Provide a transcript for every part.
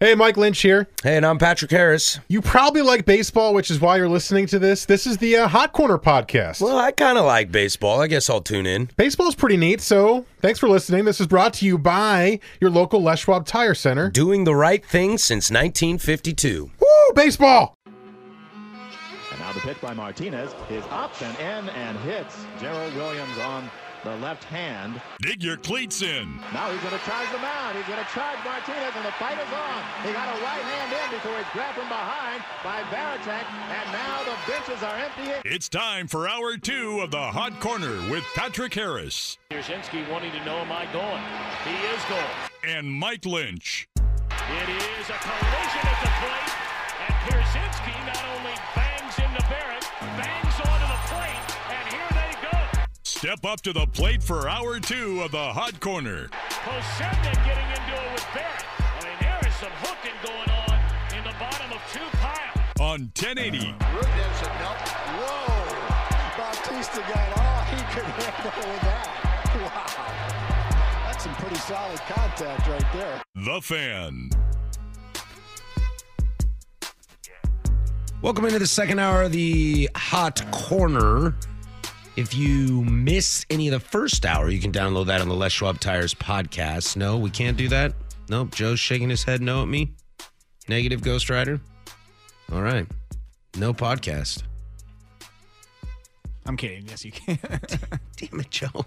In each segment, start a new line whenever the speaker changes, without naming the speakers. Hey, Mike Lynch here.
Hey, and I'm Patrick Harris.
You probably like baseball, which is why you're listening to this. This is the uh, Hot Corner podcast.
Well, I kind of like baseball. I guess I'll tune in.
Baseball's pretty neat, so thanks for listening. This is brought to you by your local Les Schwab Tire Center.
Doing the right thing since 1952.
Woo, baseball!
And now the pitch by Martinez is up and in and hits Gerald Williams on the left hand.
Dig your cleats in.
Now he's going to charge the mound. He's going to charge Martinez, and the fight is on. He got a right hand in before he's grabbed from behind by Baratek, and now the benches are emptying.
It's time for hour two of the Hot Corner with Patrick Harris
Yashinsky wanting to know, am I going? He is going.
and Mike Lynch.
It is a collision at the plate, and Pierzynski not only bangs into Barrett, bangs onto the plate, and here they go.
Step up to the plate for hour two of the Hot Corner.
Posebnik getting into it with Barrett. I mean, there is some hooking going on in the bottom of two pile.
on 1080
Whoa! Bautista got all he could handle with that. Wow. That's some pretty solid contact right there.
The Fan.
Welcome into the second hour of the Hot Corner. If you miss any of the first hour, you can download that on the Les Schwab Tires podcast. No, we can't do that. Nope. Joe's shaking his head no at me. Negative Ghost Rider. All right. No podcast.
I'm kidding. Yes, you can.
Damn it, Joe.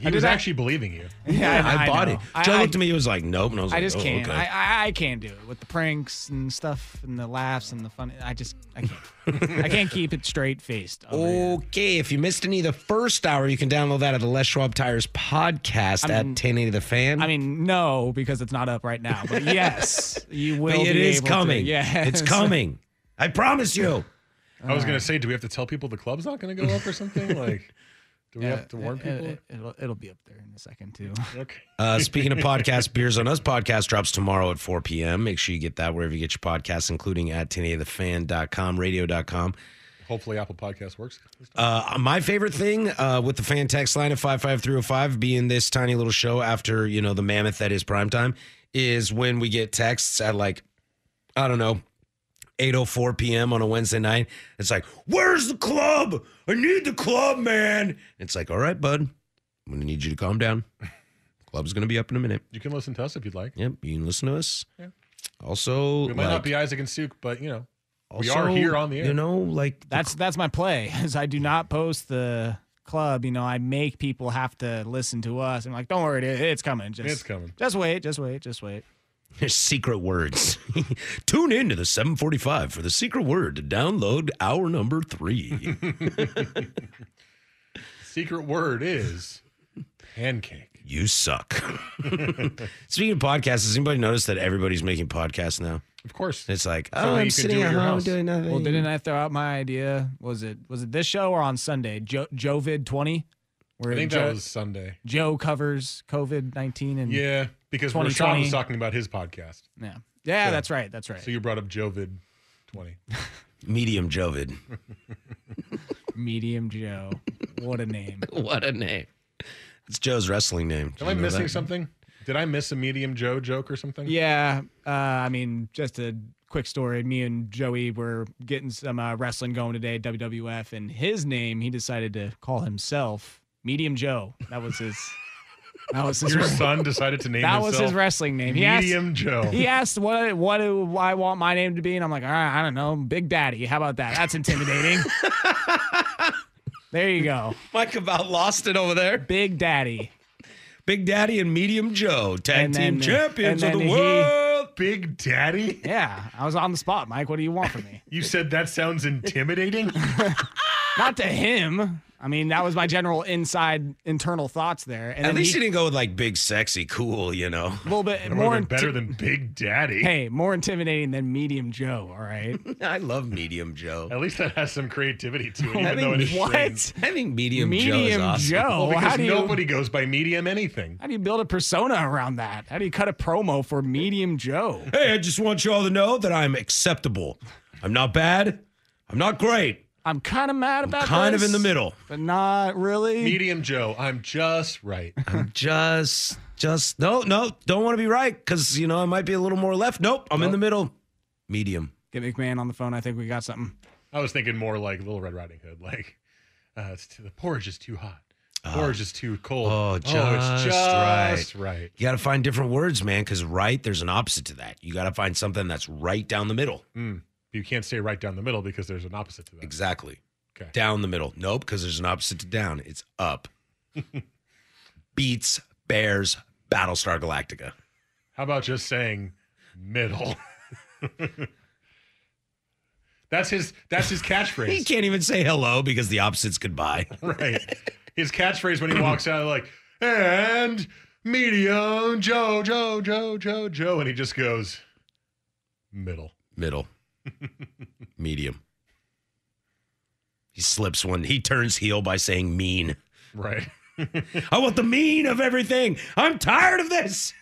He was actually believing you.
yeah,
I, bought
know.
it.
I-
Joe
I-
looked at me. He was like, "Nope." And I was
I
like,
just
"Oh,
can't.
okay."
I, I I can't do it with the pranks and stuff and the laughs and the fun. I just I can't. I can't keep it straight faced. over here.
Okay, if you missed any of the first hour, you can download that at the Les Schwab Tires podcast
I
at
mean-
1080 The Fan.
I mean, no, because it's not up right now. But yes, you will.
But it
be
is
able
coming.
To. Yes.
It's coming. I promise you.
I was going to say, do we have to tell people the club's not going to go up or something? Like, do we have to warn people?
It, will it'll be up there in a second too.
okay.
Uh, speaking of podcast, Beers on Us podcast drops tomorrow at 4 p.m. Make sure you get that wherever you get your podcasts, including at 1080thefan.com, radio.com.
Hopefully, Apple Podcast works.
Uh, my favorite thing uh, with the fan text line at 55305 being this tiny little show after, you know, the mammoth that is primetime is when we get texts at like, I don't know, 8.04 p.m. on a Wednesday night. It's like, where's the club? I need the club, man. It's like, all right, bud, I'm going to need you to calm down. Club's going to be up in a minute.
You can listen to us if you'd like.
Yep, you can listen to us. Also,
We might
like,
not be Isaac and Suk, but you know, we
also,
are here on the air.
You know, like
That's that's my play. Is I do not post the club. You know, I make people have to listen to us. I'm like, don't worry, it, it's coming. Just
It's coming.
Just wait. Just wait. Just wait.
There's secret words. Tune in to the 745 for the secret word to download hour number three.
secret word is pancake.
you suck. Speaking of podcasts, has anybody noticed that everybody's making podcasts now?
Of course.
It's like,
So
oh,
that
I'm
you can
sitting
do it
at
at your
home
house.
doing nothing.
Well, didn't I throw out my idea? Was it was it this show or on Sunday? Jo- Jovid twenty, where
I think
Joe,
that was Sunday.
Joe covers COVID nineteen and
Yeah, because Rashad
2020.
was talking about his podcast.
yeah, Yeah,
So-
that's right, that's right.
So you brought up Jovid 20.
Medium Jovid.
Medium Joe, what a name!
what a name. It's Joe's wrestling name. Did
Am
you
I
know
missing
that?
something? Did I miss a medium Joe joke or something?
Yeah, uh, I mean, just a quick story. Me and Joey were getting some uh, wrestling going today, WWF, and his name he decided to call himself Medium Joe. That was his That was his.
Your son decided to name
that was
himself
his wrestling name. He asked,
Medium Joe.
he asked what what do I want my name to be, and I'm like, all right, I don't know, Big Daddy. How about that? That's intimidating. there you go,
Mike about lost it over there.
Big Daddy.
Big Daddy and Medium Joe, tag
And
team
then-
champions of
and
the
then he-
world.
Big Daddy?
Yeah, I was on the spot, Mike. What do you want from me?
You said that sounds intimidating?
Not to him. I mean, that was my general inside internal thoughts there. And
At
then
least
he,
he didn't go with like big, sexy, cool, you know.
a little bit
That
more
would have been better
inti-
than Big Daddy.
Hey, more intimidating than Medium Joe. All right.
I love Medium Joe.
At least that has some creativity to it,
I
even though it is
think,
what?
strange.
I think Medium, Joe is
Medium
awesome.
Joe.
Well,
how
because
do you?
nobody goes by medium anything.
How do you build a persona around that? How do you cut a promo for Medium Joe?
Hey, I just want you all to know that I'm acceptable. I'm not bad. I'm not great.
I'm kind of mad about
Kind
this,
of in the middle.
but not really.
Medium Joe, I'm just right.
I'm just, just no, no. Don't want to be right because you know I might be a little more left. Nope, I'm in the middle. Medium.
Get McMahon on the phone. I think we got something.
I was thinking more like Little Red Riding Hood, like uh, it's too, the porridge is too hot, porridge is too cold.
Ah. Oh,
it's
just
just right.
You got to find different words, man, because right, there's an opposite to that. You got to find something that's right down the middle.
You can't say right down the middle because there's an opposite to that.
Exactly.
Okay.
Down the middle. Nope, because there's an opposite to down. It's up. Beats, Bears, Battlestar Galactica.
How about just saying middle? that's his. That's his
He
catchphrase.
can't even say hello because the opposite's goodbye.
right. His catchphrase when he walks out, like and medium Joe, Joe, Joe, Joe, Joe, and he just goes middle.
Middle. Medium. He slips one. He turns heel by saying mean.
Right.
I want the mean of everything. I'm tired of this.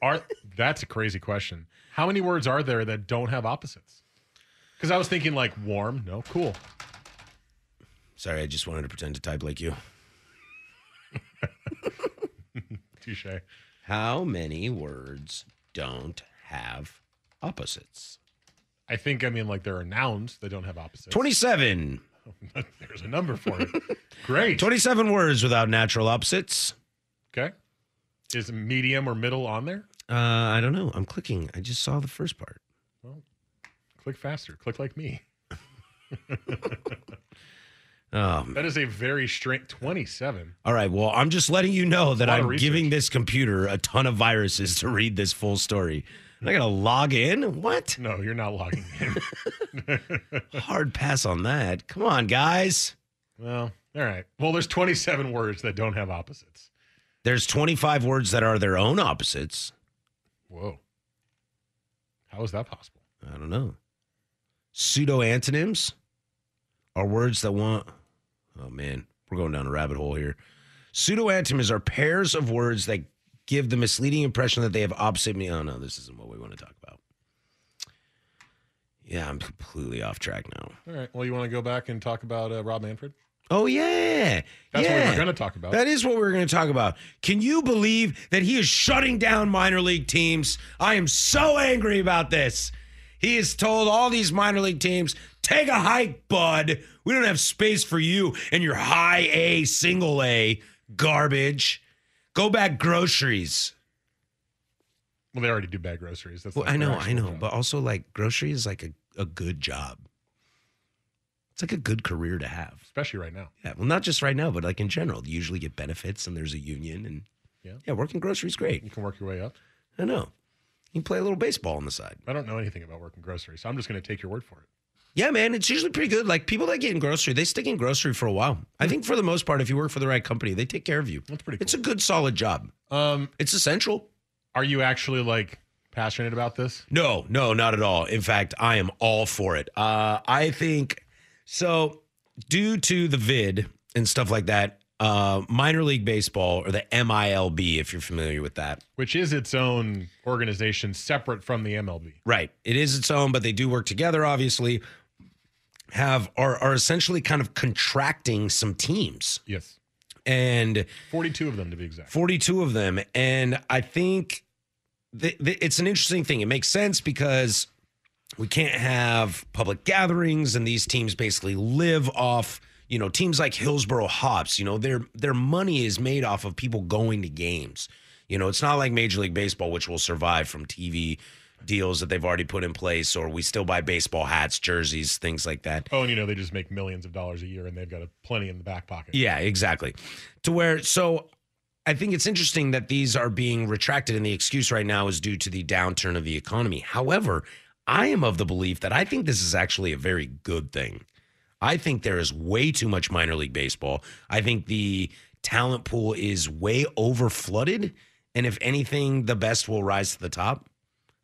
Are that's a crazy question. How many words are there that don't have opposites? Because I was thinking like warm, no, cool.
Sorry, I just wanted to pretend to type like you.
Touche.
How many words don't have opposites?
I think I mean like there are nouns that don't have opposites.
27.
There's a number for it. Great.
27 words without natural opposites.
Okay. Is medium or middle on there?
Uh, I don't know. I'm clicking. I just saw the first part.
Click faster. Click like me.
Um,
That is a very strange 27.
all right. Well, I'm just letting you know that
A lot of
I'm
research.
giving this computer a ton of viruses to read this full story. And I got to log in? What?
No, you're not logging in.
Hard pass on that. Come on, guys.
well, all right. Well, there's 27 words that don't have opposites.
There's 25 words that are their own opposites.
Whoa. How is that possible?
I don't know. Pseudo antonyms are words that want. Oh man, we're going down a rabbit hole here. Pseudo antonyms are pairs of words that give the misleading impression that they have opposite meaning. Oh no, this isn't what we want to talk about. Yeah, I'm completely off track now.
All right. Well, you want to go back and talk about uh, Rob Manfred?
Oh yeah,
That's what we
yeah.
were going to talk about.
That is what we we're going to talk about. Can you believe that he is shutting down minor league teams? I am so angry about this. He has told all these minor league teams, take a hike, bud. We don't have space for you and your high A, single A garbage. Go back groceries.
Well, they already do bag groceries. That's
Well,
like
I
their
know, I
actual
know,
job.
but also like grocery is like a, a good job. It's like a good career to have.
especially right now.
Yeah, well, not just right now, but like in general, you usually get benefits and there's a union and yeah,
Yeah.
working groceries
You
great.
can work your way up.
I know. You can play a little baseball on the side.
I don't know anything about working groceries, so I'm just going to take your word for it.
Yeah, man, it's usually pretty good. Like people that get in grocery, they stick in grocery for a while. I think for the most part, if you work for the right company, they take care of you.
That's pretty
It's a good solid job.
Um,
It's essential.
are you actually like passionate about this?
No, no, not at all. In fact, I am all for it. Uh, I think so. Due to the vid and stuff like that, uh, minor league baseball or the MILB, if you're familiar with that,
Which is its own organization separate from the MLB.
Right. It is its own, but they do work together, obviously. Have are are essentially kind of contracting some teams.
Yes.
And
42 of them to be exact.
42 of them. And I think th- th- it's an interesting thing. It makes sense because we can't have public gatherings, and these teams basically live off you know, teams like Hillsboro Hops, you know, their their money is made off of people going to games. You know, it's not like Major League Baseball, which will survive from TV deals that they've already put in place, or we still buy baseball hats, jerseys, things like that.
Oh, and you know they just make millions of dollars a year, and they've got a, plenty in the back pocket.
Yeah, exactly. To where so I think it's interesting that these are being retracted and the excuse right now is due to the downturn of the economy. However, I am of the belief that I think this is actually a very good thing. I think there is way too much minor league baseball. I think the talent pool is way over flooded and if anything the best will rise to the top.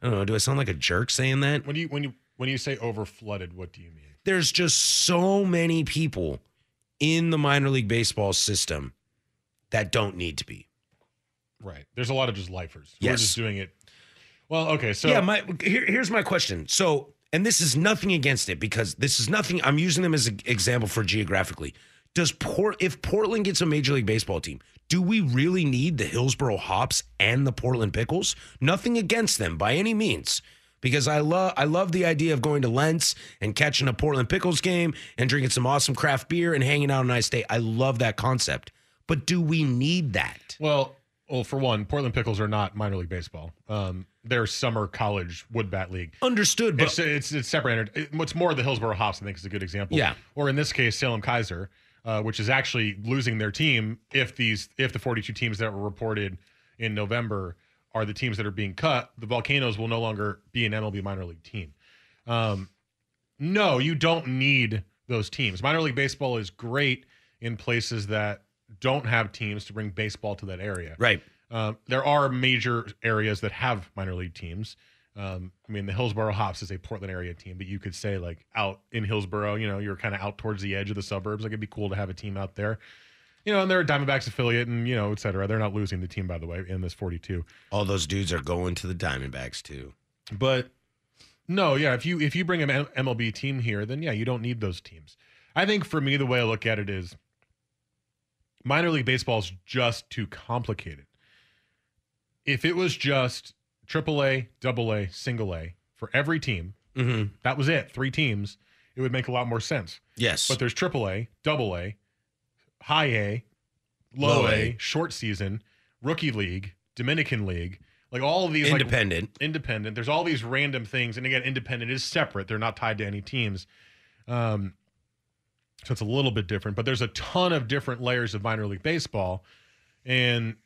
I don't know, do I sound like a jerk saying that?
When you when you when you say over flooded, what do you mean?
there's just so many people in the minor league baseball system that don't need to be.
Right. There's a lot of just lifers. We're
Yes.
just doing it. Well, okay. So
yeah, my here, here's my question. So, and this is nothing against it because this is nothing. I'm using them as an example for geographically. Does Port if Portland gets a major league baseball team, do we really need the Hillsboro Hops and the Portland Pickles? Nothing against them by any means. Because I love I love the idea of going to Lentz and catching a Portland Pickles game and drinking some awesome craft beer and hanging out on a nice day. I love that concept. But do we need that?
well, well, for one, Portland Pickles are not minor league baseball. Um, they're summer college wood bat league.
Understood, but
It's, it's it's separated. It- What's more, the Hillsborough Hops I think is a good example.
Yeah.
Or in this case, Salem Kaiser, uh, which is actually losing their team if these if the 42 teams that were reported in November are the teams that are being cut, the Volcanoes will no longer be an MLB minor league team. Um, no, you don't need those teams. Minor league baseball is great in places that don't have teams to bring baseball to that area.
right.
Um, there are major areas that have minor league teams. Um, I mean, the Hillsboro Hops is a Portland area team, but you could say like out in Hillsboro, you know, you're kind of out towards the edge of the suburbs. Like it'd be cool to have a team out there, you know. And they're a Diamondbacks affiliate, and you know, et cetera. They're not losing the team, by the way, in this 42.
All those dudes are going to the Diamondbacks too.
But no, yeah, if you if you bring an M- MLB team here, then yeah, you don't need those teams. I think for me the way I look at it is minor league baseball is just too complicated. If it was just AAA, AA, single A for every team,
Mm-hmm.
that was it, three teams, it would make a lot more sense.
Yes.
But there's AAA, AA, high A, low,
Low
a,
A.
short season, rookie league, Dominican league, like all of these like
independent.
independent. There's all these random things, and again, independent is separate. They're not tied to any teams, um, so it's a little bit different. But there's a ton of different layers of minor league baseball, and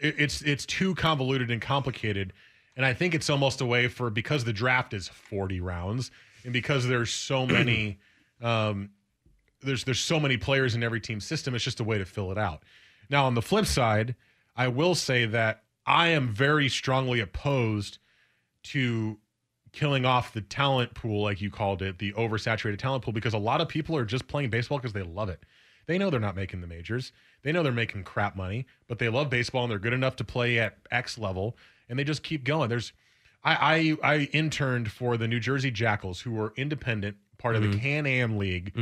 it, it's it's too convoluted and complicated. And I think it's almost a way for because the draft is 40 rounds, and because there's so many. Um, there's there's so many players in every team system. It's just a way to fill it out. Now on the flip side, I will say that I am very strongly opposed to killing off the talent pool, like you called it, the oversaturated talent pool, because a lot of people are just playing baseball because they love it. They know they're not making the majors. They know they're making crap money, but they love baseball and they're good enough to play at X level, and they just keep going. There's, I I, I interned for the New Jersey Jackals, who were independent, part of the Can Am League,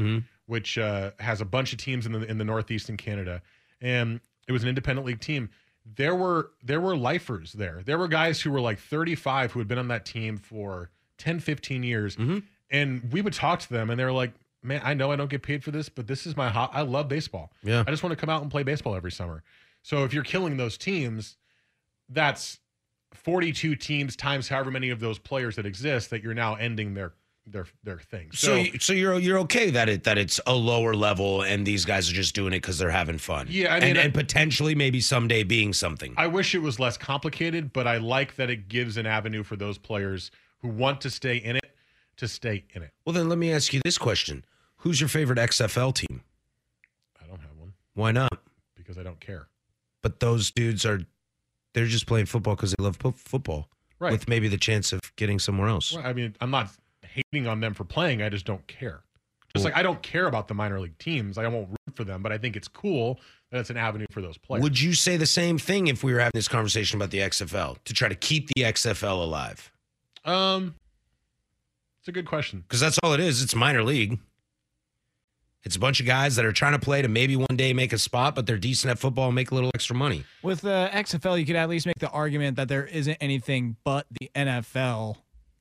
which uh, has a bunch of teams in the in the Northeast in Canada, and it was an independent league team. There were there were lifers there. There were guys who were like 35 who had been on that team for 10, 15 years, and we would talk to them, and they were like, "Man, I know I don't get paid for this, but this is my hot. I love baseball.
Yeah.
I just want to come out and play baseball every summer." So if you're killing those teams, that's 42 teams times however many of those players that exist that you're now ending their their their thing.
So, you- so you're you're okay that it that it's a lower level and these guys are just doing it because they're having fun.
Yeah, I mean,
and,
I-
and potentially maybe someday being something.
I wish it was less complicated, but I like that it gives an avenue for those players who want to stay in it to stay in it.
well, then let me ask you this question: Who's your favorite XFL team?
I don't have one
Why not?
because I don't care.
But those dudes are they're just playing football because they love po- football,
Right.
With maybe the chance of getting somewhere else.
Well, I mean, I'm not hating on them for playing. I just don't care. Just like I don't care about the minor league teams. I won't root for them, but I think it's cool that it's an avenue for those players.
Would you say the same thing if we were having this conversation about the XFL to try to keep the XFL alive?
um, it's a good question.
because that's all it is. It's minor league. It's a bunch of guys that are trying to play to maybe one day make a spot, but they're decent at football and make a little extra money.
With the XFL, you could at least make the argument that there isn't anything but the NFL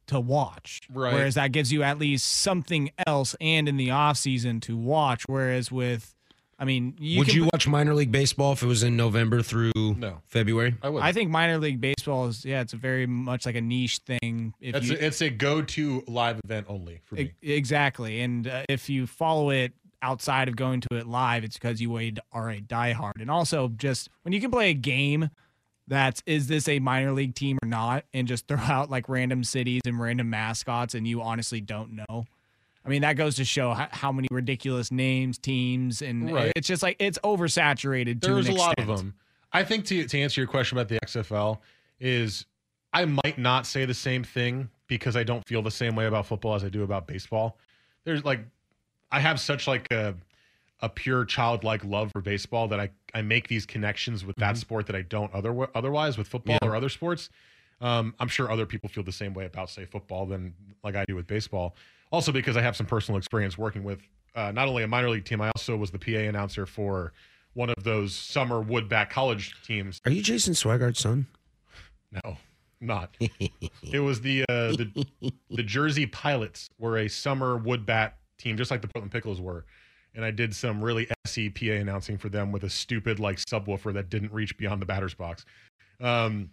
to watch.
Right.
Whereas that gives you at least something else and in the offseason to watch. Whereas with, I mean, you
Would
can
you
put-
watch minor league baseball if it was in November through
No.
February?
I would.
I think minor league baseball is, yeah, it's a very much like a niche thing. If
It's
you,
a, it's a go-to live event only for me.
E- Exactly. And uh, if you follow it outside of going to it live, it's because you a- are a diehard. And also, just when you can play a game that's is this a minor league team or not, and just throw out like random cities and random mascots, and you honestly don't know. I mean, that goes to show how, how many ridiculous names, teams, and
Right.
it's just like it's oversaturated. to
There's
an
a lot of
extent.
them. I think to to answer your question about the XFL is I might not say the same thing because I don't feel the same way about football as I do about baseball. There's like I have such like a a pure childlike love for baseball that I I make these connections with
Mm-hmm.
that sport that I don't other otherwise with football or other sports. Um, I'm sure other people feel the same way about say football than like I do with baseball. Also because I have some personal experience working with uh, not only a minor league team, I also was the PA announcer for one of those summer Woodback college teams.
Are you Jason Swigart's son?
No, not. it was the uh, the the Jersey Pilots were a summer Woodbat team, just like the Portland Pickles were. And I did some really SEPA announcing for them with a stupid like subwoofer that didn't reach beyond the batter's box. Um,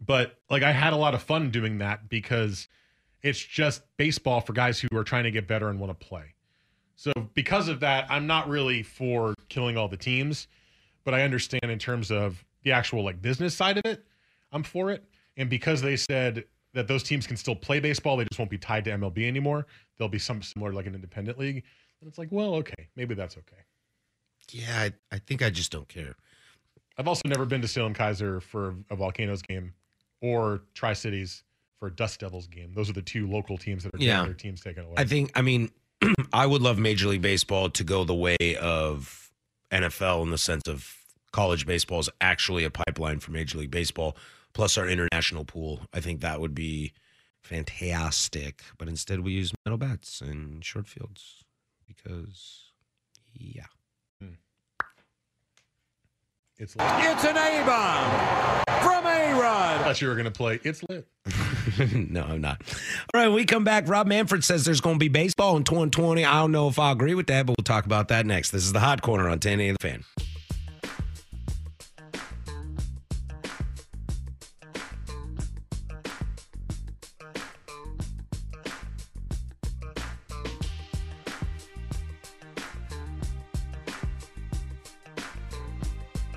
but like I had a lot of fun doing that because it's just baseball for guys who are trying to get better and want to play. So because of that, I'm not really for killing all the teams, but I understand in terms of the actual like business side of it, I'm for it. And because they said that those teams can still play baseball, they just won't be tied to MLB anymore. They'll be some similar like an independent league. And it's like, well, okay, maybe that's okay.
Yeah, I, I think I just don't care.
I've also never been to Salem Kaiser for a Volcanoes game or Tri Cities for a Dust Devils game. Those are the two local teams that are getting
Yeah.
their teams taken away.
I think, I mean, I would love Major League Baseball to go the way of NFL in the sense of college baseball is actually a pipeline for Major League Baseball, plus our international pool. I think that would be fantastic. But instead, we use metal bats and short fields because, yeah.
it's lit. I
It's an A bomb from A Rod.
thought you were gonna play. It's lit.
no, I'm not. All right, when we come back. Rob Manfred says there's going to be baseball in 2020. I don't know if I agree with that, but we'll talk about that next. This is the Hot Corner on 10 A The Fan.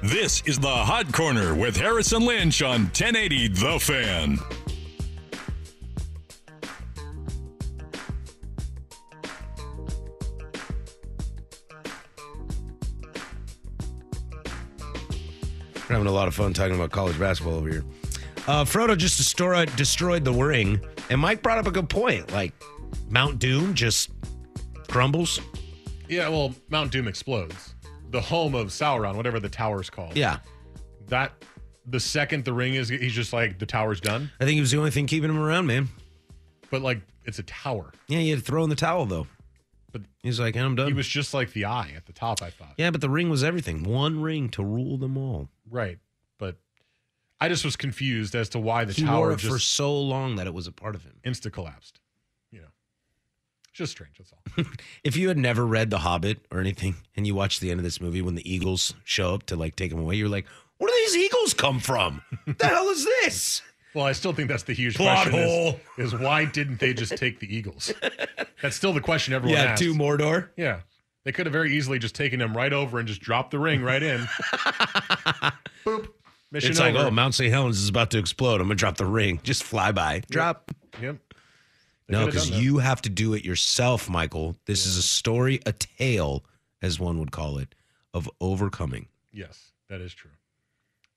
This is the Hot Corner with Harrison Lynch on 1080 The Fan.
We're having a lot of fun talking about college basketball over here. Uh, Frodo just destroyed, destroyed the ring, and Mike brought up a good point. Like, Mount Doom just crumbles.
Yeah, well, Mount Doom explodes. The home of Sauron, whatever the tower's called.
Yeah.
That the second the ring is he's just like the tower's done.
I think it was the only thing keeping him around, man.
But like it's a tower.
Yeah, he had to throw in the towel, though. But
But
he's like, I'm done.
He was just like the eye at the top, I thought.
yeah, but the ring was everything. One ring to rule them all.
Right. But I just was confused as to why the
he wore
tower
it for
just
so long that it was a part of him.
insta collapsed. You know. It's just strange, that's all.
If you had never read The Hobbit or anything, and you watched the end of this movie when the eagles show up to like take him away, you're like, "Where do these eagles come from? the hell is this?"
Well, I still think that's the huge
Plot
question is-
hole.
Is, why didn't they just take the Eagles? That's still the question everyone
yeah,
asks.
two Mordor.
Yeah. They could have very easily just taken him right over and just dropped the ring right in. Boop. Mission
It's like,
over.
oh, Mount St. Helens is about to explode. I'm gonna drop the ring. Just fly by. Drop.
Yep. They
No,
could have
because
done that.
you have to do it yourself, Michael. This is a story, a tale, as one would call it, of overcoming.
Yes, that is true.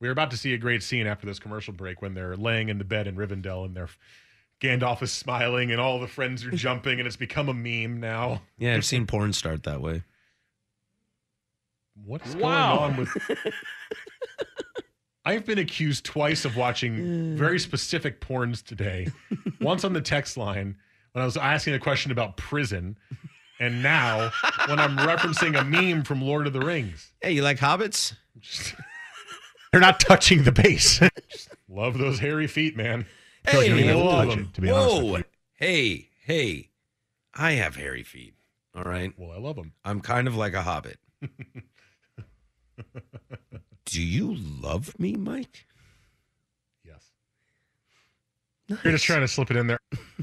We are about to see a great scene after this commercial break when they're laying in the bed in Rivendell and their Gandalf is smiling and all the friends are jumping and it's become a meme now.
Yeah, I've seen porn start that way.
What is
Wow.
going on with? I've been accused twice of watching very specific porns today. Once on the text line when I was asking a question about prison, and now when I'm referencing a meme from Lord of the Rings.
Hey, you like hobbits?
They're not touching the base. Love those hairy feet, man. I feel like you don't
Hey,
even have to
whoa,
touch it, to be honest with
whoa.
you.
Hey, hey. I have hairy feet. All right.
Well, I love them.
I'm kind of like a hobbit. Do you love me, Mike?
Yes. You're
Nice.
just trying to slip it in there.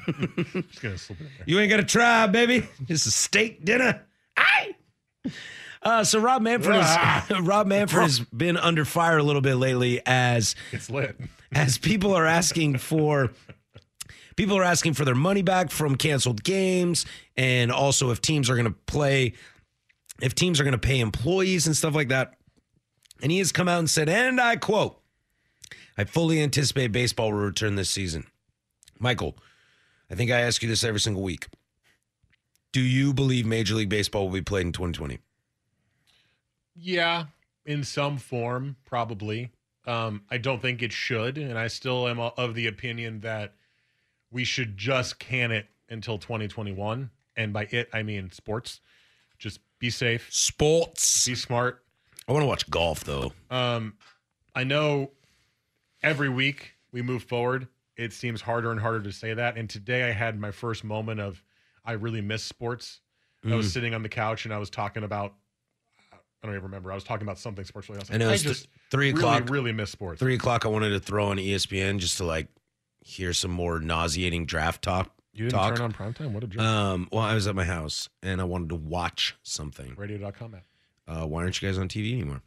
just gonna slip it in there.
You ain't got to try, baby. Just a steak dinner. Aye. Uh, so Rob Manfred, is, Rob Manfred has been under fire a little bit lately as
It's lit.
as people are asking for people are asking for their money back from canceled games and also if teams are going to play if teams are going to pay employees and stuff like that and he has come out and said and i quote i fully anticipate baseball will return this season michael i think i ask you this every single week do you believe major league baseball will be played in 2020
Yeah, in some form, probably. Um, I don't think it should, and I still am of the opinion that we should just can it until 2021. And by it, I mean sports. Just be safe,
sports
be smart.
i want to watch golf though
Um, I know every week we move forward. It seems harder and harder to say that. And today I had my first moment of I really miss sports. I
Mm.
was sitting on the couch and I was talking about I don't even remember. I was talking about something sports related. I, was
i know
like, I
it's
just
th- three
really,
o'clock
really miss sports.
three o'clock i wanted to throw on E espn just to like hear some more nauseating draft talk
You didn't
talk
turn on primetime? What a jerk.
um well i was at my house and i wanted to watch something
Radio.com app.
uh why aren't you guys on tv anymore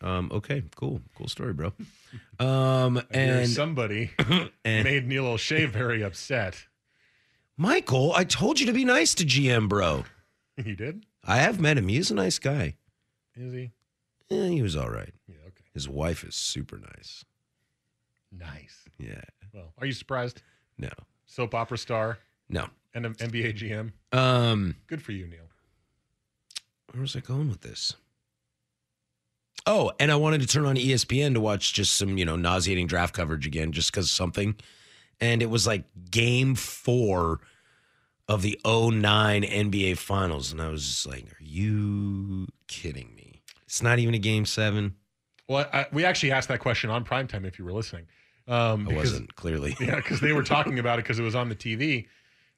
um okay cool cool story bro um
I hear
and,
somebody
and
made Neil O'Shea very upset.
michael i told you to be nice to gm bro
you did?
i have met him he's a nice guy
Is he?
Eh, he was all right
Yeah, okay.
his wife is super nice
Nice.
yeah
Well, are you surprised?
no
Soap opera star
no
and an NBA GM.
um
Good for you, Neil.
where was I going with this? Oh, and I wanted to turn on ESPN to watch just some, you know, nauseating draft coverage again, just because something. And it was like game four of the 09 NBA Finals. And I was just like, are you kidding me? It's not even a game seven.
Well, I, we actually asked that question on primetime if you were listening. Um,
I
because,
wasn't, clearly.
Yeah, because they were talking about it because it was on the TV. And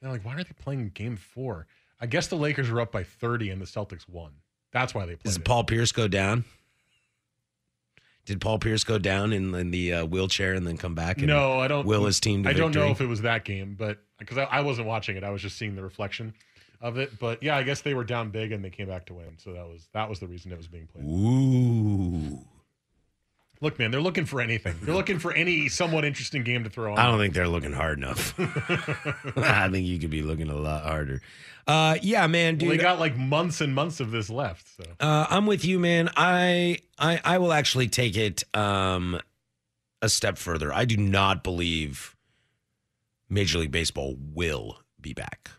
they're like, why are they playing game four? I guess the Lakers were up by 30 and the Celtics won. That's why they played.
Does
it.
Paul Pierce go down? Did Paul Pierce go down in, in the uh, wheelchair and then come back? And
no, I don't.
will his team to
I don't know
victory?
if it was that game, but because I, I wasn't watching it, I was just seeing the reflection of it. But yeah, I guess they were down big and they came back to win. So that was that was the reason it was being played.
Ooh.
Look, man, they're looking for anything. They're looking for any somewhat interesting game to throw on.
I don't think they're looking hard enough. I think you could be looking a lot harder. Uh, yeah, man,
Well, they
dude.
got like months and months of this left. So
uh, I'm with you, man. I, I I will actually take it um, a step further. I do not believe Major League Baseball will be back.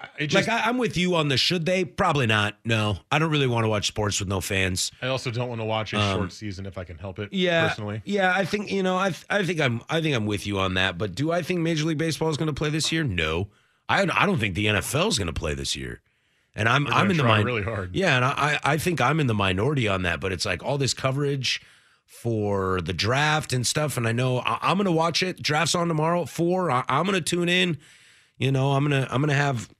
I- it just,
like I, I'm with you on the should they? Probably not. No, I don't really want to watch sports with no fans.
I also don't want to watch a
Um,
short season if I can help it.
Yeah,
personally,
yeah. I think you know. I I think I'm I think I'm with you on that. But do I think Major League Baseball is going to play this year? No, I I don't think the NFL is going to play this year. And I'm
They're
I'm
gonna
in the
try
mind.
really hard.
Yeah, and I I I think I'm in the minority on that. But it's like all this coverage for the draft and stuff. And I know I, I'm going to watch it. Draft's on tomorrow at four. I, I'm going to tune in. You know, I'm gonna I'm gonna have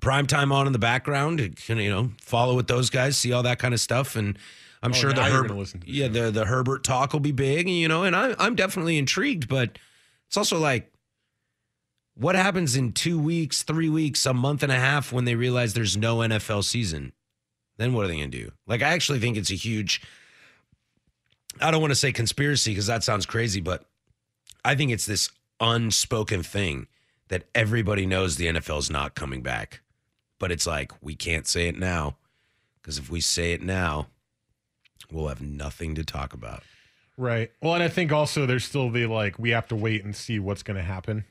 prime time on in the background. You can, You know, follow with those guys, see all that kind of stuff, and I'm
Oh,
sure the
now you're
Herb-
gonna listen to the
yeah the the Herbert talk will be big. You know, and I'm I'm definitely intrigued, but it's also like. What happens in two weeks, three weeks, a month and a half when they realize there's no NFL season? Then what are they going to do? Like, I actually think it's a huge, I don't want to say conspiracy because that sounds crazy, but I think it's this unspoken thing that everybody knows the NFL's not coming back. But it's like, we can't say it now because if we say it now, we'll have nothing to talk about.
Right. Well, and I think also there's still the like we have to wait and see what's going to happen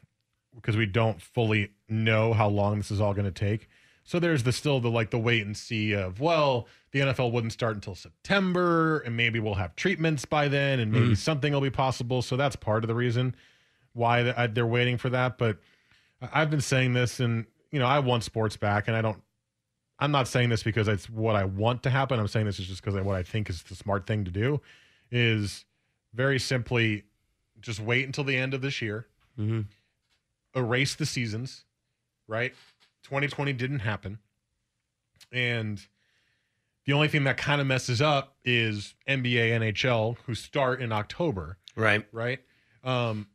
because we don't fully know how long this is all going to take. So there's the still the like the wait and see of well the NFL wouldn't start until September and maybe we'll have treatments by then and maybe something will be possible. So that's part of the reason why th- I- they're waiting for that. But I- I've been saying this and you know I want sports back and I don't. I'm not saying this because it's what I want to happen. I'm saying this is just because what I think is the smart thing to do is very simply Just wait until the end of this year.
Mhm.
Erase the seasons, right? 2020 didn't happen. And the only thing that kind of messes up is NBA, NHL, who start in October
Right.
right? Um,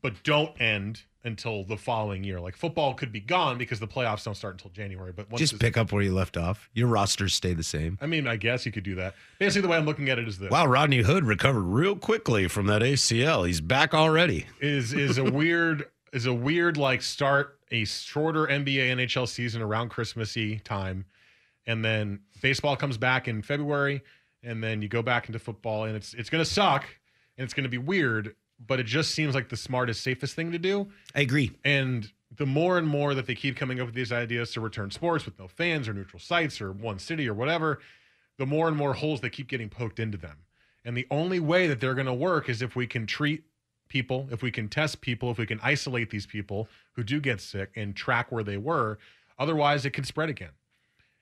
but don't end until the following year. Like football could be gone because the playoffs don't start until January. But once
Just
this-
pick up where you left off. Your rosters stay the same.
I mean, I guess you could do that. Basically, the way I'm looking at it is this:
Wow, Rodney Hood recovered real quickly from that ACL. He's back already.
is is a weird is a weird like start a shorter NBA NHL season around Christmassy time, and then baseball comes back in February, and then you go back into football, and it's it's gonna suck, and it's gonna be weird. But it just seems like the smartest, safest thing to do.
I agree.
And the more and more that they keep coming up with these ideas to return sports with no fans or neutral sites or one city or whatever, the more and more holes they keep getting poked into them. And the only way that they're going to work is if we can treat people, if we can test people, if we can isolate these people who do get sick and track where they were. Otherwise, it can spread again.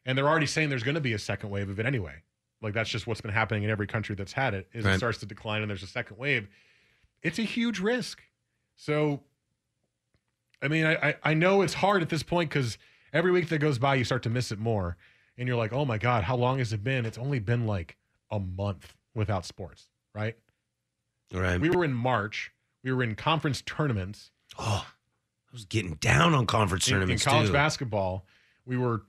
And they're already saying there's going to be a second wave of it anyway. Like that's just what's been happening in every country that's had it. Is
Right.
it starts to decline and there's a second wave. It's a huge risk. So I mean, I I, I know it's hard at this point because every week that goes by, you start to miss it more, and you're like, oh my god, how long has it been? It's only been like a month without sports, right?
Right.
We were in March, we were in conference tournaments,
oh, I was getting down on conference
in, in
tournaments
college
too.
basketball, we were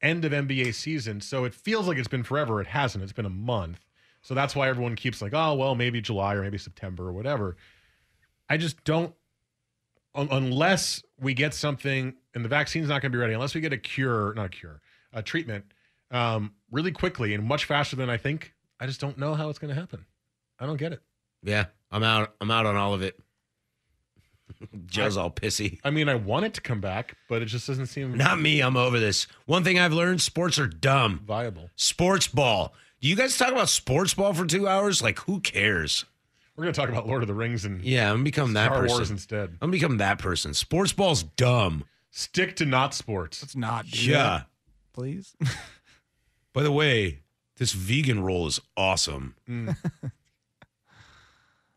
end of NBA season, so it feels like it's been forever. It hasn't. It's been a month, so that's why everyone keeps like, oh well, maybe July or maybe September or whatever. I just don't. un- Unless we get something, and the vaccine's not going to be ready, unless we get a cure, not a cure, a treatment, um, really quickly and much faster than I think. I just don't know how it's going to happen. I don't get it.
yeah, I'm out. I'm out on all of it. Joe's all pissy.
I mean, I want it to come back, but it just doesn't seem
Not me. I'm over this. One thing I've learned: sports are dumb.
viable.
Sports ball. Do you guys talk about sports ball for two hours? Like, who cares?
We're going to talk about Lord of the Rings and
Yeah, I'm gonna become that
Star
person.
Wars instead.
I'm gonna become that person. Sports ball's dumb.
Stick to not sports.
Let's not do
Yeah.
that, please.
By the way, this vegan roll is awesome.
Mm.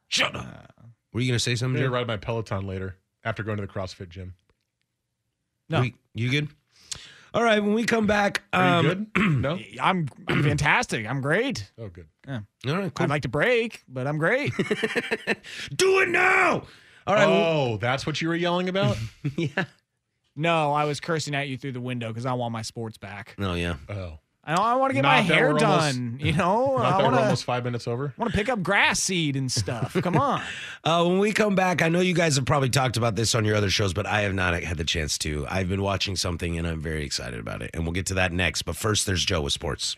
Shut up. Were you gonna say
I'm
something?
gonna
Joe?
ride my Peloton later after going to the CrossFit gym.
No.
We- you good? All right. When we come back,
Are
um,
you good? no.
I'm, I'm fantastic. I'm great.
Oh, good.
All right. Cool.
I'd like to break, but I'm great.
Do it now. All right. well-
Oh, that's what you were yelling about.
yeah.
no, I was cursing at you through the window because I want my sports back.
Oh yeah.
oh,
I, I want to get my
Not that
hair
we're almost-
done. you know,
not
I
that
want
we're
to
almost five minutes over.
want to pick up grass seed and stuff. Come on.
Uh, when we come back, I know you guys have probably talked about this on your other shows, but I have not had the chance to. I've been watching something and I'm very excited about it, and we'll get to that next. But first, there's Joe with sports.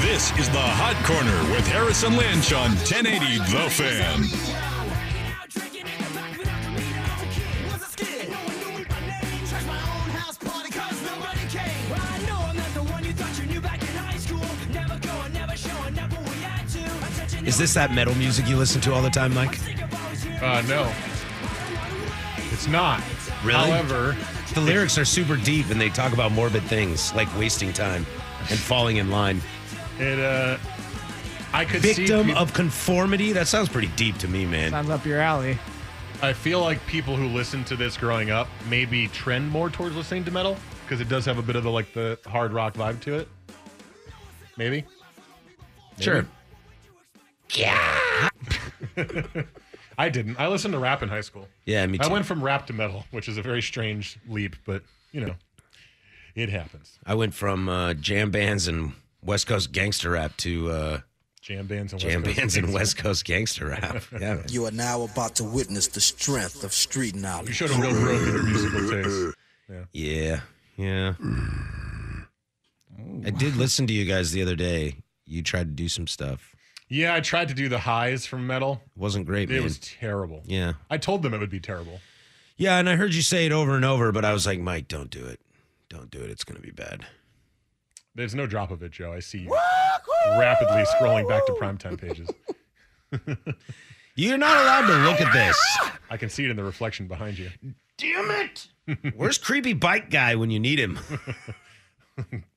This is the Hot Corner with Harrison Lynch on 1080 The Fan.
Is this that metal music you listen to all the time, Mike?
Uh, no, it's not.
Really?
However,
The lyrics are super deep and they talk about morbid things like wasting time and falling in line.
it uh, I could see.
Victim
peop-
of conformity? That sounds pretty deep to me, man.
Sounds up your alley.
I feel like people who listened to this growing up maybe trend more towards listening to metal because it does have a bit of the like the hard rock vibe to it. Maybe.
Sure.
I didn't. I listened to rap in high school.
Yeah, me too.
I went from rap to metal, which is a very strange leap, but you know, it happens.
I went from uh, jam bands and West Coast gangster rap to uh,
Jam bands and
jam
West Coast
bands and
things.
West Coast gangster rap. Yeah. man.
You are now about to witness the strength of street
You
knowledge.
showed a real growth in your musical taste.
Yeah. Yeah. I did listen to you guys the other day. You tried to do some stuff.
Yeah, I tried to do the highs from metal.
It wasn't great,
It
man.
was terrible.
yeah.
I told them it would be terrible.
Yeah, and I heard you say it over and over, but I was like, Mike, don't do it. Don't do it. It's going to be bad.
There's no drop of it, Joe. I see you rapidly scrolling back to primetime pages.
You're not allowed to look at this.
I can see it in the reflection behind you.
Damn it! Where's creepy bike guy when you need him?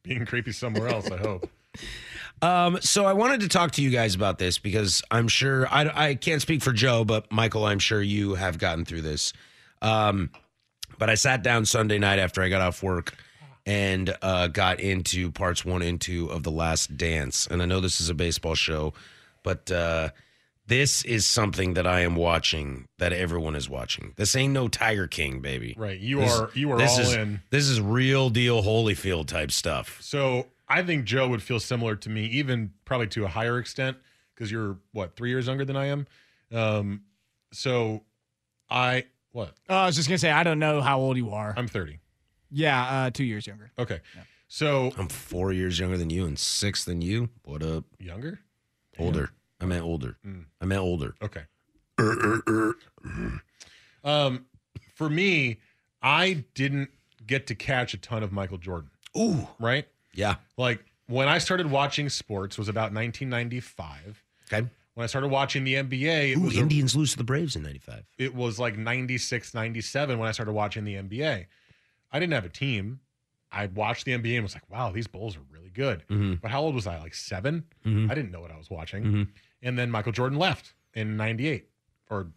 Being creepy somewhere else, I hope.
Um, so I wanted to talk to you guys about this because I'm sure I, I can't speak for Joe, but Michael, I'm sure you have gotten through this. Um, but I sat down Sunday night after I got off work and uh, got into parts one and two of The Last Dance. And I know this is a baseball show, but uh, this is something that I am watching that everyone is watching. This ain't no Tiger King, baby.
Right. You
This-
are you are
this
all
is-
in.
This is real deal Holyfield type stuff.
So I think Joe would feel similar to me, even probably to a higher extent, because you're what three years younger than I am. Um, so I what
Uh, I was just gonna say I don't know how old you are.
I'm thirty.
Yeah, uh, two years younger.
Okay, so
I'm four years younger than you and six than you. What up?
younger.
Older. I meant older. I meant older.
Okay. Um, for me, I didn't get to catch a ton of Michael Jordan.
Ooh.
Right.
Yeah.
Like when I started watching sports was about 1995.
Okay.
When I started watching the NBA, it
Ooh,
was a-
Indians lose to the Braves in 95.
it was like 96 97 when i started watching the nba i didn't have a team i watched the nba and was like wow these bulls are really good
Mhm.
but how old was i like 7
Mm-hmm.
i didn't know what i was watching
Mhm.
and then michael jordan left in 98 or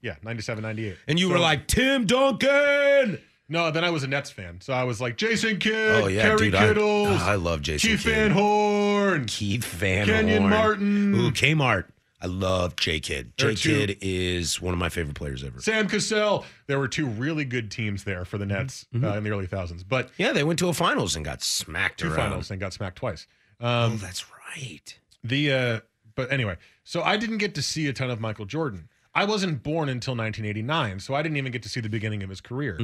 yeah 97 98
And you
So-
were like, Tim Duncan.
no then i was a nets fan so i was like jason kidd
Oh, yeah,
Kerry
dude. I,
kittles
I love Jason
keith
Kidd.
van horn
Keith Van
Kenyon
Horn.
Martin.
Ooh, Kmart. I love J Kid.
There are
J
two-
Kid is one of my favorite players ever.
sam cassell there were two really good teams there for the nets uh, in the early thousands but
Yeah, they went to a finals and got smacked
two
around.
finals and got smacked twice
Oh,
um,
that's right.
The uh but anyway, so I didn't get to see a ton of Michael Jordan. I wasn't born until 1989, so I didn't even get to see the beginning of his career.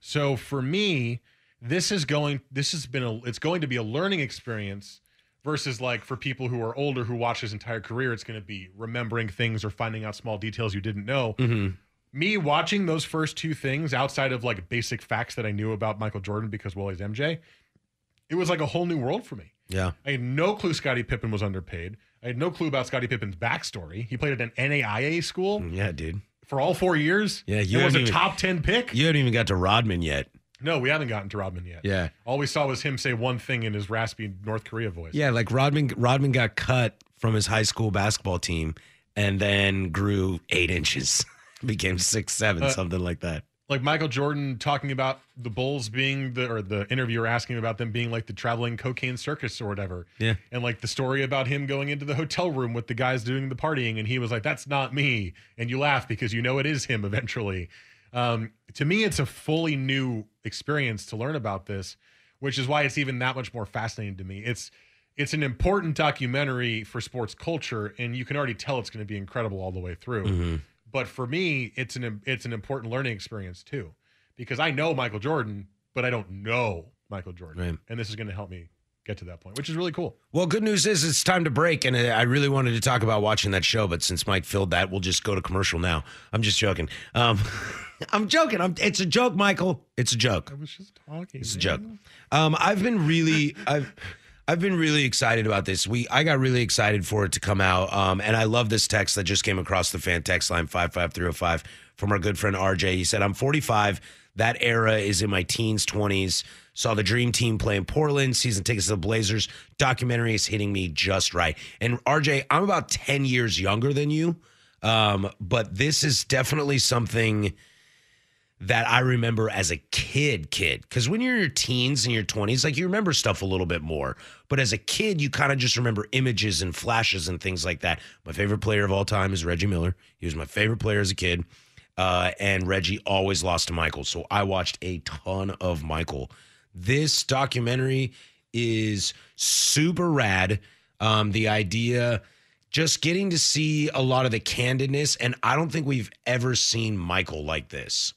So for me, this is going this has been a it's going to be a learning experience versus like for people who are older who watch his entire career, it's going to be remembering things or finding out small details you didn't know. Me watching those first two things outside of like basic facts that I knew about Michael Jordan because well he's MJ, it was like a whole new world for me.
Yeah.
I had no clue Scottie Pippen was underpaid. I had no clue about Scottie Pippen's backstory. He played at an NAIA school
Yeah, dude.
for all four years.
Mm-hmm. Yeah, you
you was
haven't
a
even-
top ten pick.
You haven't even got to Rodman yet.
No, we haven't gotten to Rodman yet.
Yeah.
All we saw was him say one thing in his raspy North Korea voice.
Yeah, like Rodman Rodman got cut from his high school basketball team and then grew eight inches, became six seven,
Uh,
something like that.
Like Michael Jordan talking about the Bulls being the or the interviewer asking about them being like the traveling cocaine circus or whatever.
Yeah.
And like the story about him going into the hotel room with the guys doing the partying and he was like, That's not me. And you laugh because you know it is him eventually. Um, to me, it's a fully new experience to learn about this, which is why it's even that much more fascinating to me. It's it's an important documentary for sports culture, and you can already tell it's going to be incredible all the way through. But for me, it's an it's an important learning experience too, because I know Michael Jordan, but I don't know Michael Jordan,
Right.
and this is going to help me get to that point, which is really cool.
Well, good news is it's time to break, and I really wanted to talk about watching that show, but since Mike filled that, we'll just go to commercial now. I'm just joking. Um, I'm joking. I'm, it's a joke, Michael. It's a joke.
was just talking.
It's a joke. Um, I've been really, I've, I've been really excited about this. We, I got really excited for it to come out. Um, and I love this text that just came across the fan text line five five three zero five from our good friend RJ. He said, "I'm 45. That era is in my teens, 20s. Saw the Dream Team play in Portland. Season tickets to the Blazers. Documentary is hitting me just right. And RJ, I'm about 10 years younger than you." Um, but this is definitely something that I remember as a kid, kid. Because when you're in your teens and your 20s, like you remember stuff a little bit more. But as a kid, you kind of just remember images and flashes and things like that. My favorite player of all time is Reggie Miller. He was my favorite player as a kid. Uh, and Reggie always lost to Michael. So I watched a ton of Michael. This documentary is super rad. Um, the idea just getting to see a lot of the candidness and i don't think we've ever seen michael like this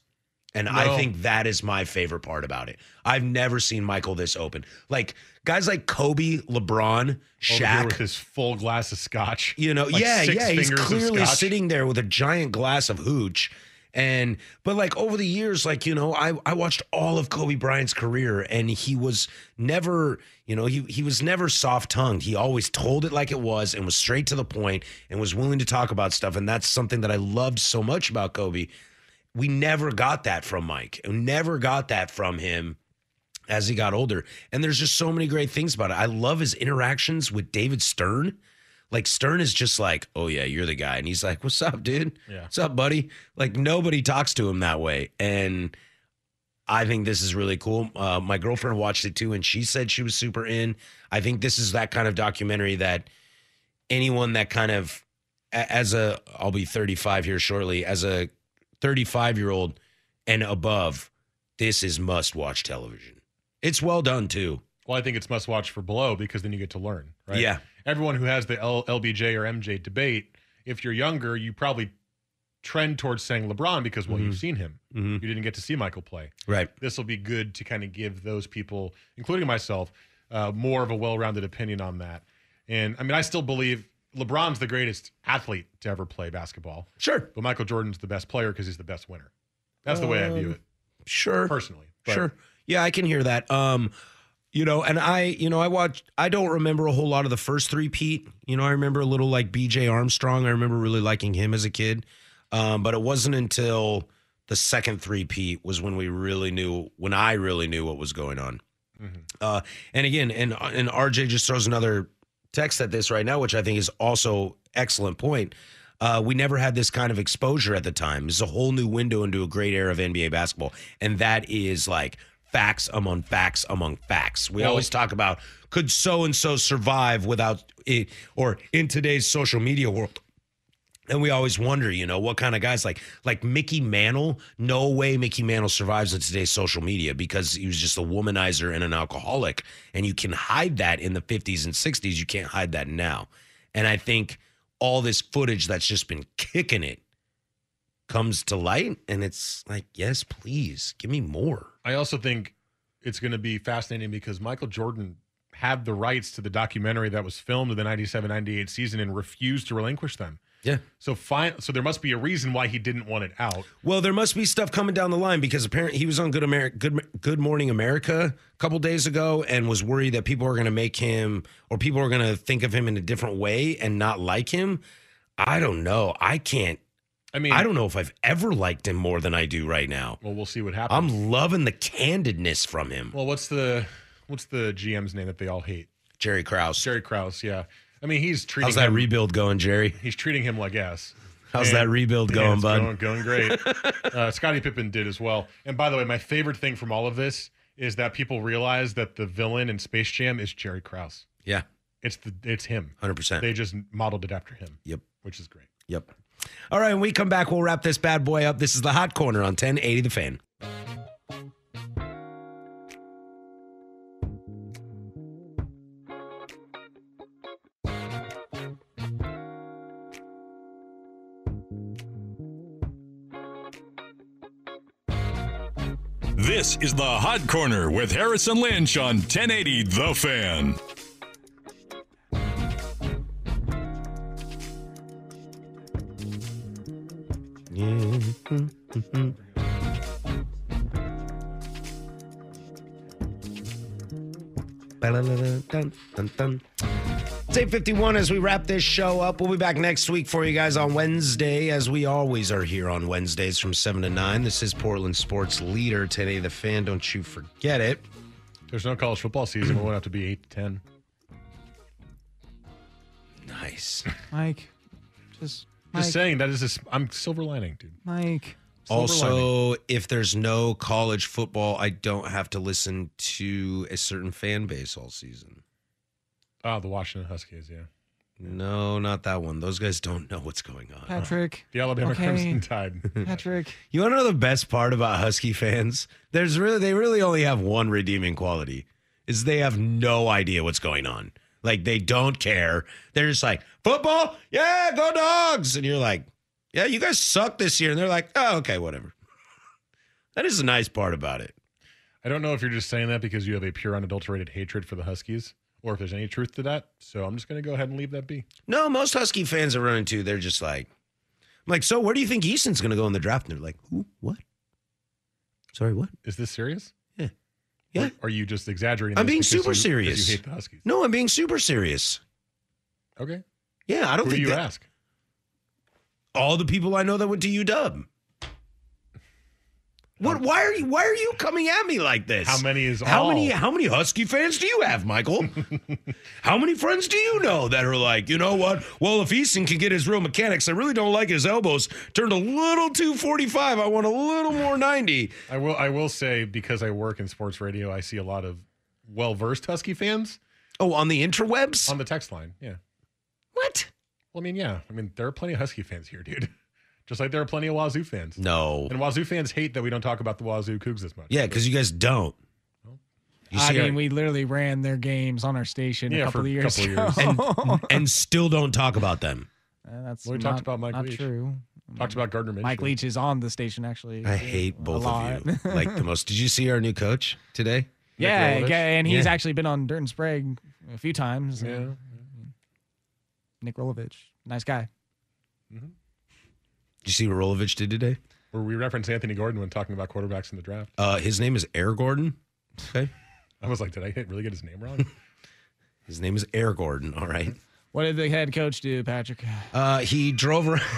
and
No.
i think that is my favorite part about it i've never seen michael this open like guys like kobe lebron
Over here Oh, with
shaq
his full glass of scotch.
you know
Like
yeah
six
yeah he's
fingers of
clearly
scotch.
sitting there with a giant glass of hooch And but like over the years, like you know, I I watched all of Kobe Bryant's career, and he was never, you know, he he was never soft tongued. He always told it like it was, and was straight to the point, and was willing to talk about stuff. And that's something that I loved so much about Kobe. We never got that from Mike. We never got that from him as he got older. And there's just so many great things about it. I love his interactions with David Stern. Like Stern is just like, oh yeah, you're the guy, and he's like, what's up, dude?
Yeah.
What's up, buddy? Like nobody talks to him that way, and I think this is really cool. Uh, my girlfriend watched it too, and she said she was super in. I think this is that kind of documentary that anyone that kind of a- as a I'll be 35 here shortly as a 35 year old and above this is must watch television it's well done too
Well, I think it's must watch for below because then you get to learn, right?
Yeah.
Everyone who has the L- LBJ or MJ debate, if you're younger, you probably trend towards saying LeBron because, well,
Mm-hmm.
you've seen him. You didn't get to see Michael play.
right
This will be good to kind of give those people, including myself, uh, more of a well rounded opinion on that. And I mean, I still believe LeBron's the greatest athlete to ever play basketball,
sure
but Michael Jordan's the best player because he's the best winner. That's the way I view it
sure
personally. But
Um, sure yeah i can hear that um you know and i you know i watched i don't remember a whole lot of the first three pete you know i remember a little like bj armstrong i remember really liking him as a kid um but it wasn't until the second three pete was when we really knew when i really knew what was going on Uh, and again, and and RJ just throws another text at this right now, which I think is also excellent point. Uh, we never had this kind of exposure at the time. It's a whole new window into a great era of NBA basketball, and that is like facts among facts among facts. We
Well-
always talk about could so and so survive without it, or in today's social media world, and we always wonder, you know, what kind of guys like like Mickey Mantle. No way Mickey Mantle survives in today's social media because he was just a womanizer and an alcoholic. And you can hide that in the 50s and 60s. You can't hide that now. And I think all this footage that's just been kicking it comes to light. And it's like, yes, please give me more.
I also think it's going to be fascinating because Michael Jordan had the rights to the documentary that was filmed in the 97 98 season and refused to relinquish them.
Yeah.
So fine so there must be a reason why he didn't want it out.
Well, there must be stuff coming down the line because apparently he was on Good America, Good, Good Morning America a couple days ago, and was worried that people are going to make him or people are going to think of him in a different way and not like him. I don't know. I can't.
I mean
I don't know if I've ever liked him more than I do right now.
well we'll see what happens.
I'm loving the candidness from him,
well what's the what's the GM's name that they all hate?
Jerry Krause.
Jerry Krause, yeah. I mean he's treating
How's that
him,
rebuild going, Jerry?
he's treating him like ass.
How's
And-
that rebuild
Yeah,
going,
it's
bud?
Going, going great. uh, Scottie Pippen did as well. And by the way, my favorite thing from all of this is that people realize that the villain in Space Jam is Jerry Krause.
Yeah,
It's the it's him.
hundred percent.
They just modeled it after him.
Yep.
Which is great.
Yep. All right, when we come back, we'll wrap this bad boy up. This is the Hot Corner on 1080 The Fan.
This is the Hot Corner with Harrison Lynch on 1080 The Fan.
It's 851 as we wrap this show up. We'll be back next week for you guys on Wednesday, as we always are here on Wednesdays from 7 to 9. This is Portland Sports Leader today, the fan. Don't you forget it. Mm-hmm.
There's no college football season. We won't have to be eight to ten.
Nice.
Mike, just Mike,
Just saying that is this. I'm silver lining, dude.
Mike.
Silver lining.
Also, if there's no college football, I don't have to listen to a certain fan base all season.
oh, the Washington Huskies. Yeah,
No, not that one. Those guys don't know what's going on.
Patrick,
the Alabama
Okay.
Crimson Tide.
Patrick,
You want to know the best part about Husky fans? There's really they really only have one redeeming quality is they have no idea what's going on. Like they don't care. They're just like football, yeah, go dogs, and you're like, yeah, you guys suck this year, and they're like, oh, okay, whatever. That is the nice part about it.
I don't know if you're just saying that because you have a pure, unadulterated hatred for the Huskies, or if there's any truth to that. So I'm just gonna go ahead and leave that be.
No, most Husky fans are running too. They're just like, Like, so where do you think Easton's going to go in the draft? And they're like, who? What? Sorry, what?
Is this serious?
Yeah. Yeah.
Or are you just exaggerating?
I'm
this
being
because
super
you- because
serious.
You hate the Huskies.
No, I'm being super serious.
Okay.
Yeah, I don't
Who do
think
you
that,
ask?
all the people I know that went to UW. What? Why are you? Why are you coming at me like this?
How many is
How
all?
many? How many Husky fans do you have, Michael? how many friends do you know that are like, you know what? Well, if Easton can get his real mechanics, I really don't like his elbows turned a little too forty-five. I want a little more ninety.
I will. I will say because I work in sports radio, I see a lot of well-versed Husky fans
Oh, on the interwebs.
on the text line. Yeah.
what?
Well, I mean, yeah. I mean, there are plenty of Husky fans here, dude. Just like there are plenty of Wazoo fans.
No.
And Wazoo fans hate that we don't talk about the Wazoo Cougs as much.
Yeah, because you guys don't. You
I
see,
mean, we literally ran their games on our station
Yeah,
a couple
for
of
a
years.
couple
ago.
of
and, and still don't talk about them.
Uh, that's
Well, we talked
not-
about Mike
Not
Leach.
true.
Talked about Gardner Minshew.
Mike Leach is on the station actually.
I hate
A
both
lot.
of you like the most. Did you see our new coach today?
yeah,
Rolovich.
yeah, and he's
Yeah.
actually been on Dirt and Sprague a few times.
Yeah.
Nick Rolovich, nice guy.
Did you see what Rolovich did today?
Where we reference Anthony Gordon when talking about quarterbacks in the draft.
Uh, his name is Air Gordon. Okay.
I was like, did I really get his name wrong?
His name is Air Gordon. All right.
What did the head coach do, Patrick?
Uh, he drove around.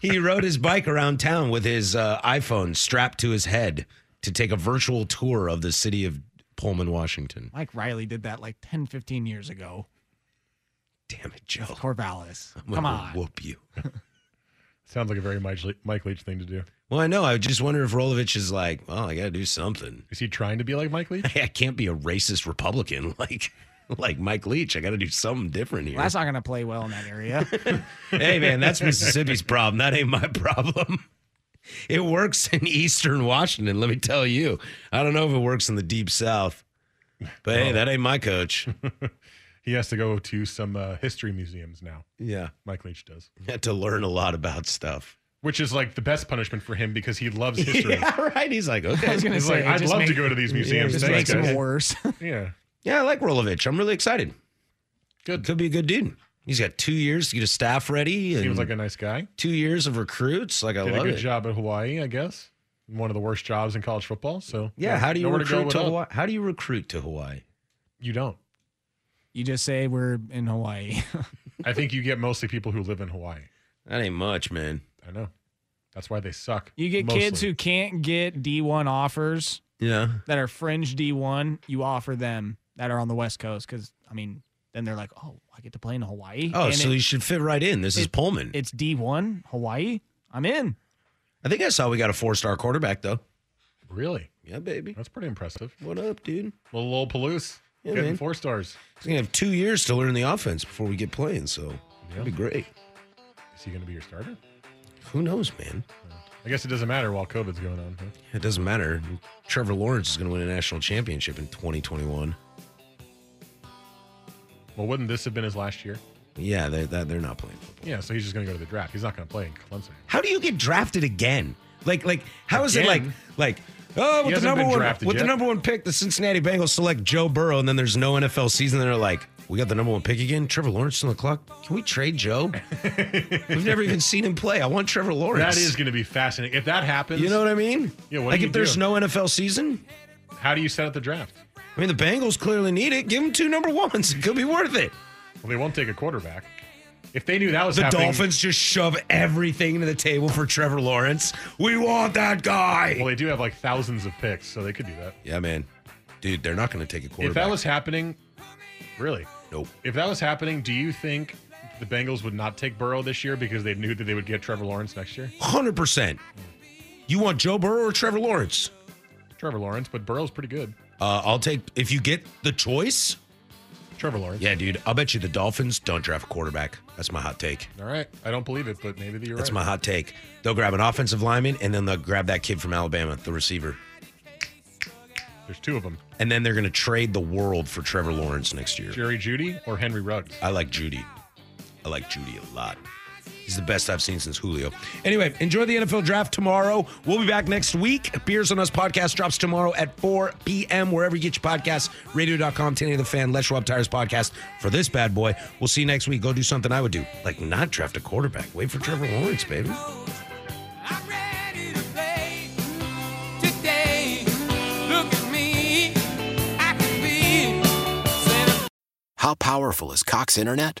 he rode his bike around town with his uh, iPhone strapped to his head to take a virtual tour of the city of Pullman, Washington.
Mike Riley did that like 10, 15 years ago.
Damn it, Joe.
Corvallis,
I'm
come
gonna
on.
Whoop you.
Sounds like a very Mike Le- Mike Leach thing to do.
Well, I know. I just wonder if Rolovich is like, well, I got to do something.
Is he trying to be like Mike Leach?
I can't be a racist Republican like like Mike Leach. I got to do something different here.
Well, that's not going to play well in that area.
hey, man, that's Mississippi's problem. That ain't my problem. It works in Eastern Washington, let me tell you. I don't know if it works in the Deep South, but
Oh.
hey, that ain't my coach.
He has to go to some uh, history museums now.
Yeah,
Mike Leach does,
had to learn a lot about stuff.
which is like the best punishment for him because he loves history.
Yeah, right. He's like,
I
okay,
was going to
He's
say,
like,
it
I'd
just
love to
make-
go to these museums.
Just
Thanks,
makes
guys.
him worse.
Yeah.
yeah, I like Rolovich. I'm really excited.
Good.
Could be a good dude. He's got two years to get his staff ready. And
Seems like a nice guy.
two years of recruits. Like I
Did a
love
good
it.
job at Hawaii, I guess. One of the worst jobs in college football. So
Yeah, how do you
nowhere
recruit to,
without-
Hawaii? How do you recruit to Hawaii?
You don't.
You just say we're in Hawaii.
I think you get mostly people who live in Hawaii.
That ain't much, man.
I know. That's why they suck.
You get kids
mostly.
who can't get D1 offers
Yeah.
that are fringe D1, you offer them that are on the West Coast because, I mean, then they're like, oh, I get to play in Hawaii.
Oh,
And
so
it-
you should fit right in. This is
it-
Pullman.
it's D1, Hawaii. I'm in.
I think I saw we got a four-star quarterback though.
really.
Yeah, baby.
That's pretty impressive.
What up, dude?
Little old Palouse
Yeah,
getting
man.
four stars.
He's gonna have two years to learn the offense before we get playing. So that'd be great.
Is he going to be your starter?
Who knows, man?
I guess it doesn't matter while COVID's going on. huh?
It doesn't matter. Trevor Lawrence is gonna win a national championship in 2021.
Well, wouldn't this have been his last year?
Yeah, they, that they're not playing. football.
Yeah, so he's just going to go to the draft. He's not going to play in Clemson.
How do you get drafted again? Like, like, how is it
Again?
like, like? Oh, with the
hasn't
number
been
one,
drafted
with the
yet.
number one pick, the Cincinnati Bengals select Joe Burrow, and then there's no NFL season. And they're like, we got the number one pick again. Trevor Lawrence on the clock. Can we trade Joe? We've never even seen him play. I want Trevor Lawrence.
That is going to be fascinating. If that happens,
You know what I mean?
Yeah, what do
like
you
if there's
do?
no NFL season,
how do you set up the draft?
I mean the Bengals clearly need it. Give them two number ones. It could be worth it.
Well, they won't take a quarterback. If they knew that was
The
happening,
Dolphins just shove everything to the table for Trevor Lawrence. We want that guy.
Well, they do have like thousands of picks, so they could do that.
Yeah, man. Dude, they're not going to take a quarterback.
If that was happening, really,
nope.
if that was happening, do you think the Bengals would not take Burrow this year because they knew that they would get Trevor Lawrence next year?
Hundred percent. You want Joe Burrow or Trevor Lawrence?
Trevor Lawrence, but Burrow's pretty good.
Uh, I'll take if you get the choice.
Trevor Lawrence.
Yeah, dude. I'll bet you the Dolphins don't draft a quarterback. That's my hot take.
All right. I don't believe it, but maybe you're
That's
right.
my hot take. They'll grab an offensive lineman and then they'll grab that kid from Alabama, the receiver,
There's two of them
and then they're going to trade the world for Trevor Lawrence next year.
Jerry Judy or Henry Ruggs.
I like Judy. I like Judy a lot. He's the best I've seen since Julio. Anyway, enjoy the NFL draft tomorrow. We'll be back next week. Beers on Us podcast drops tomorrow at 4 p.m. wherever you get your podcasts. Radio.com, 10 of the fan, Les Schwab Tires podcast for this bad boy. We'll see you next week. Go do something I would do, like not draft a quarterback. Wait for Trevor Lawrence, baby.
Today, look at me. I can be
How powerful is Cox Internet?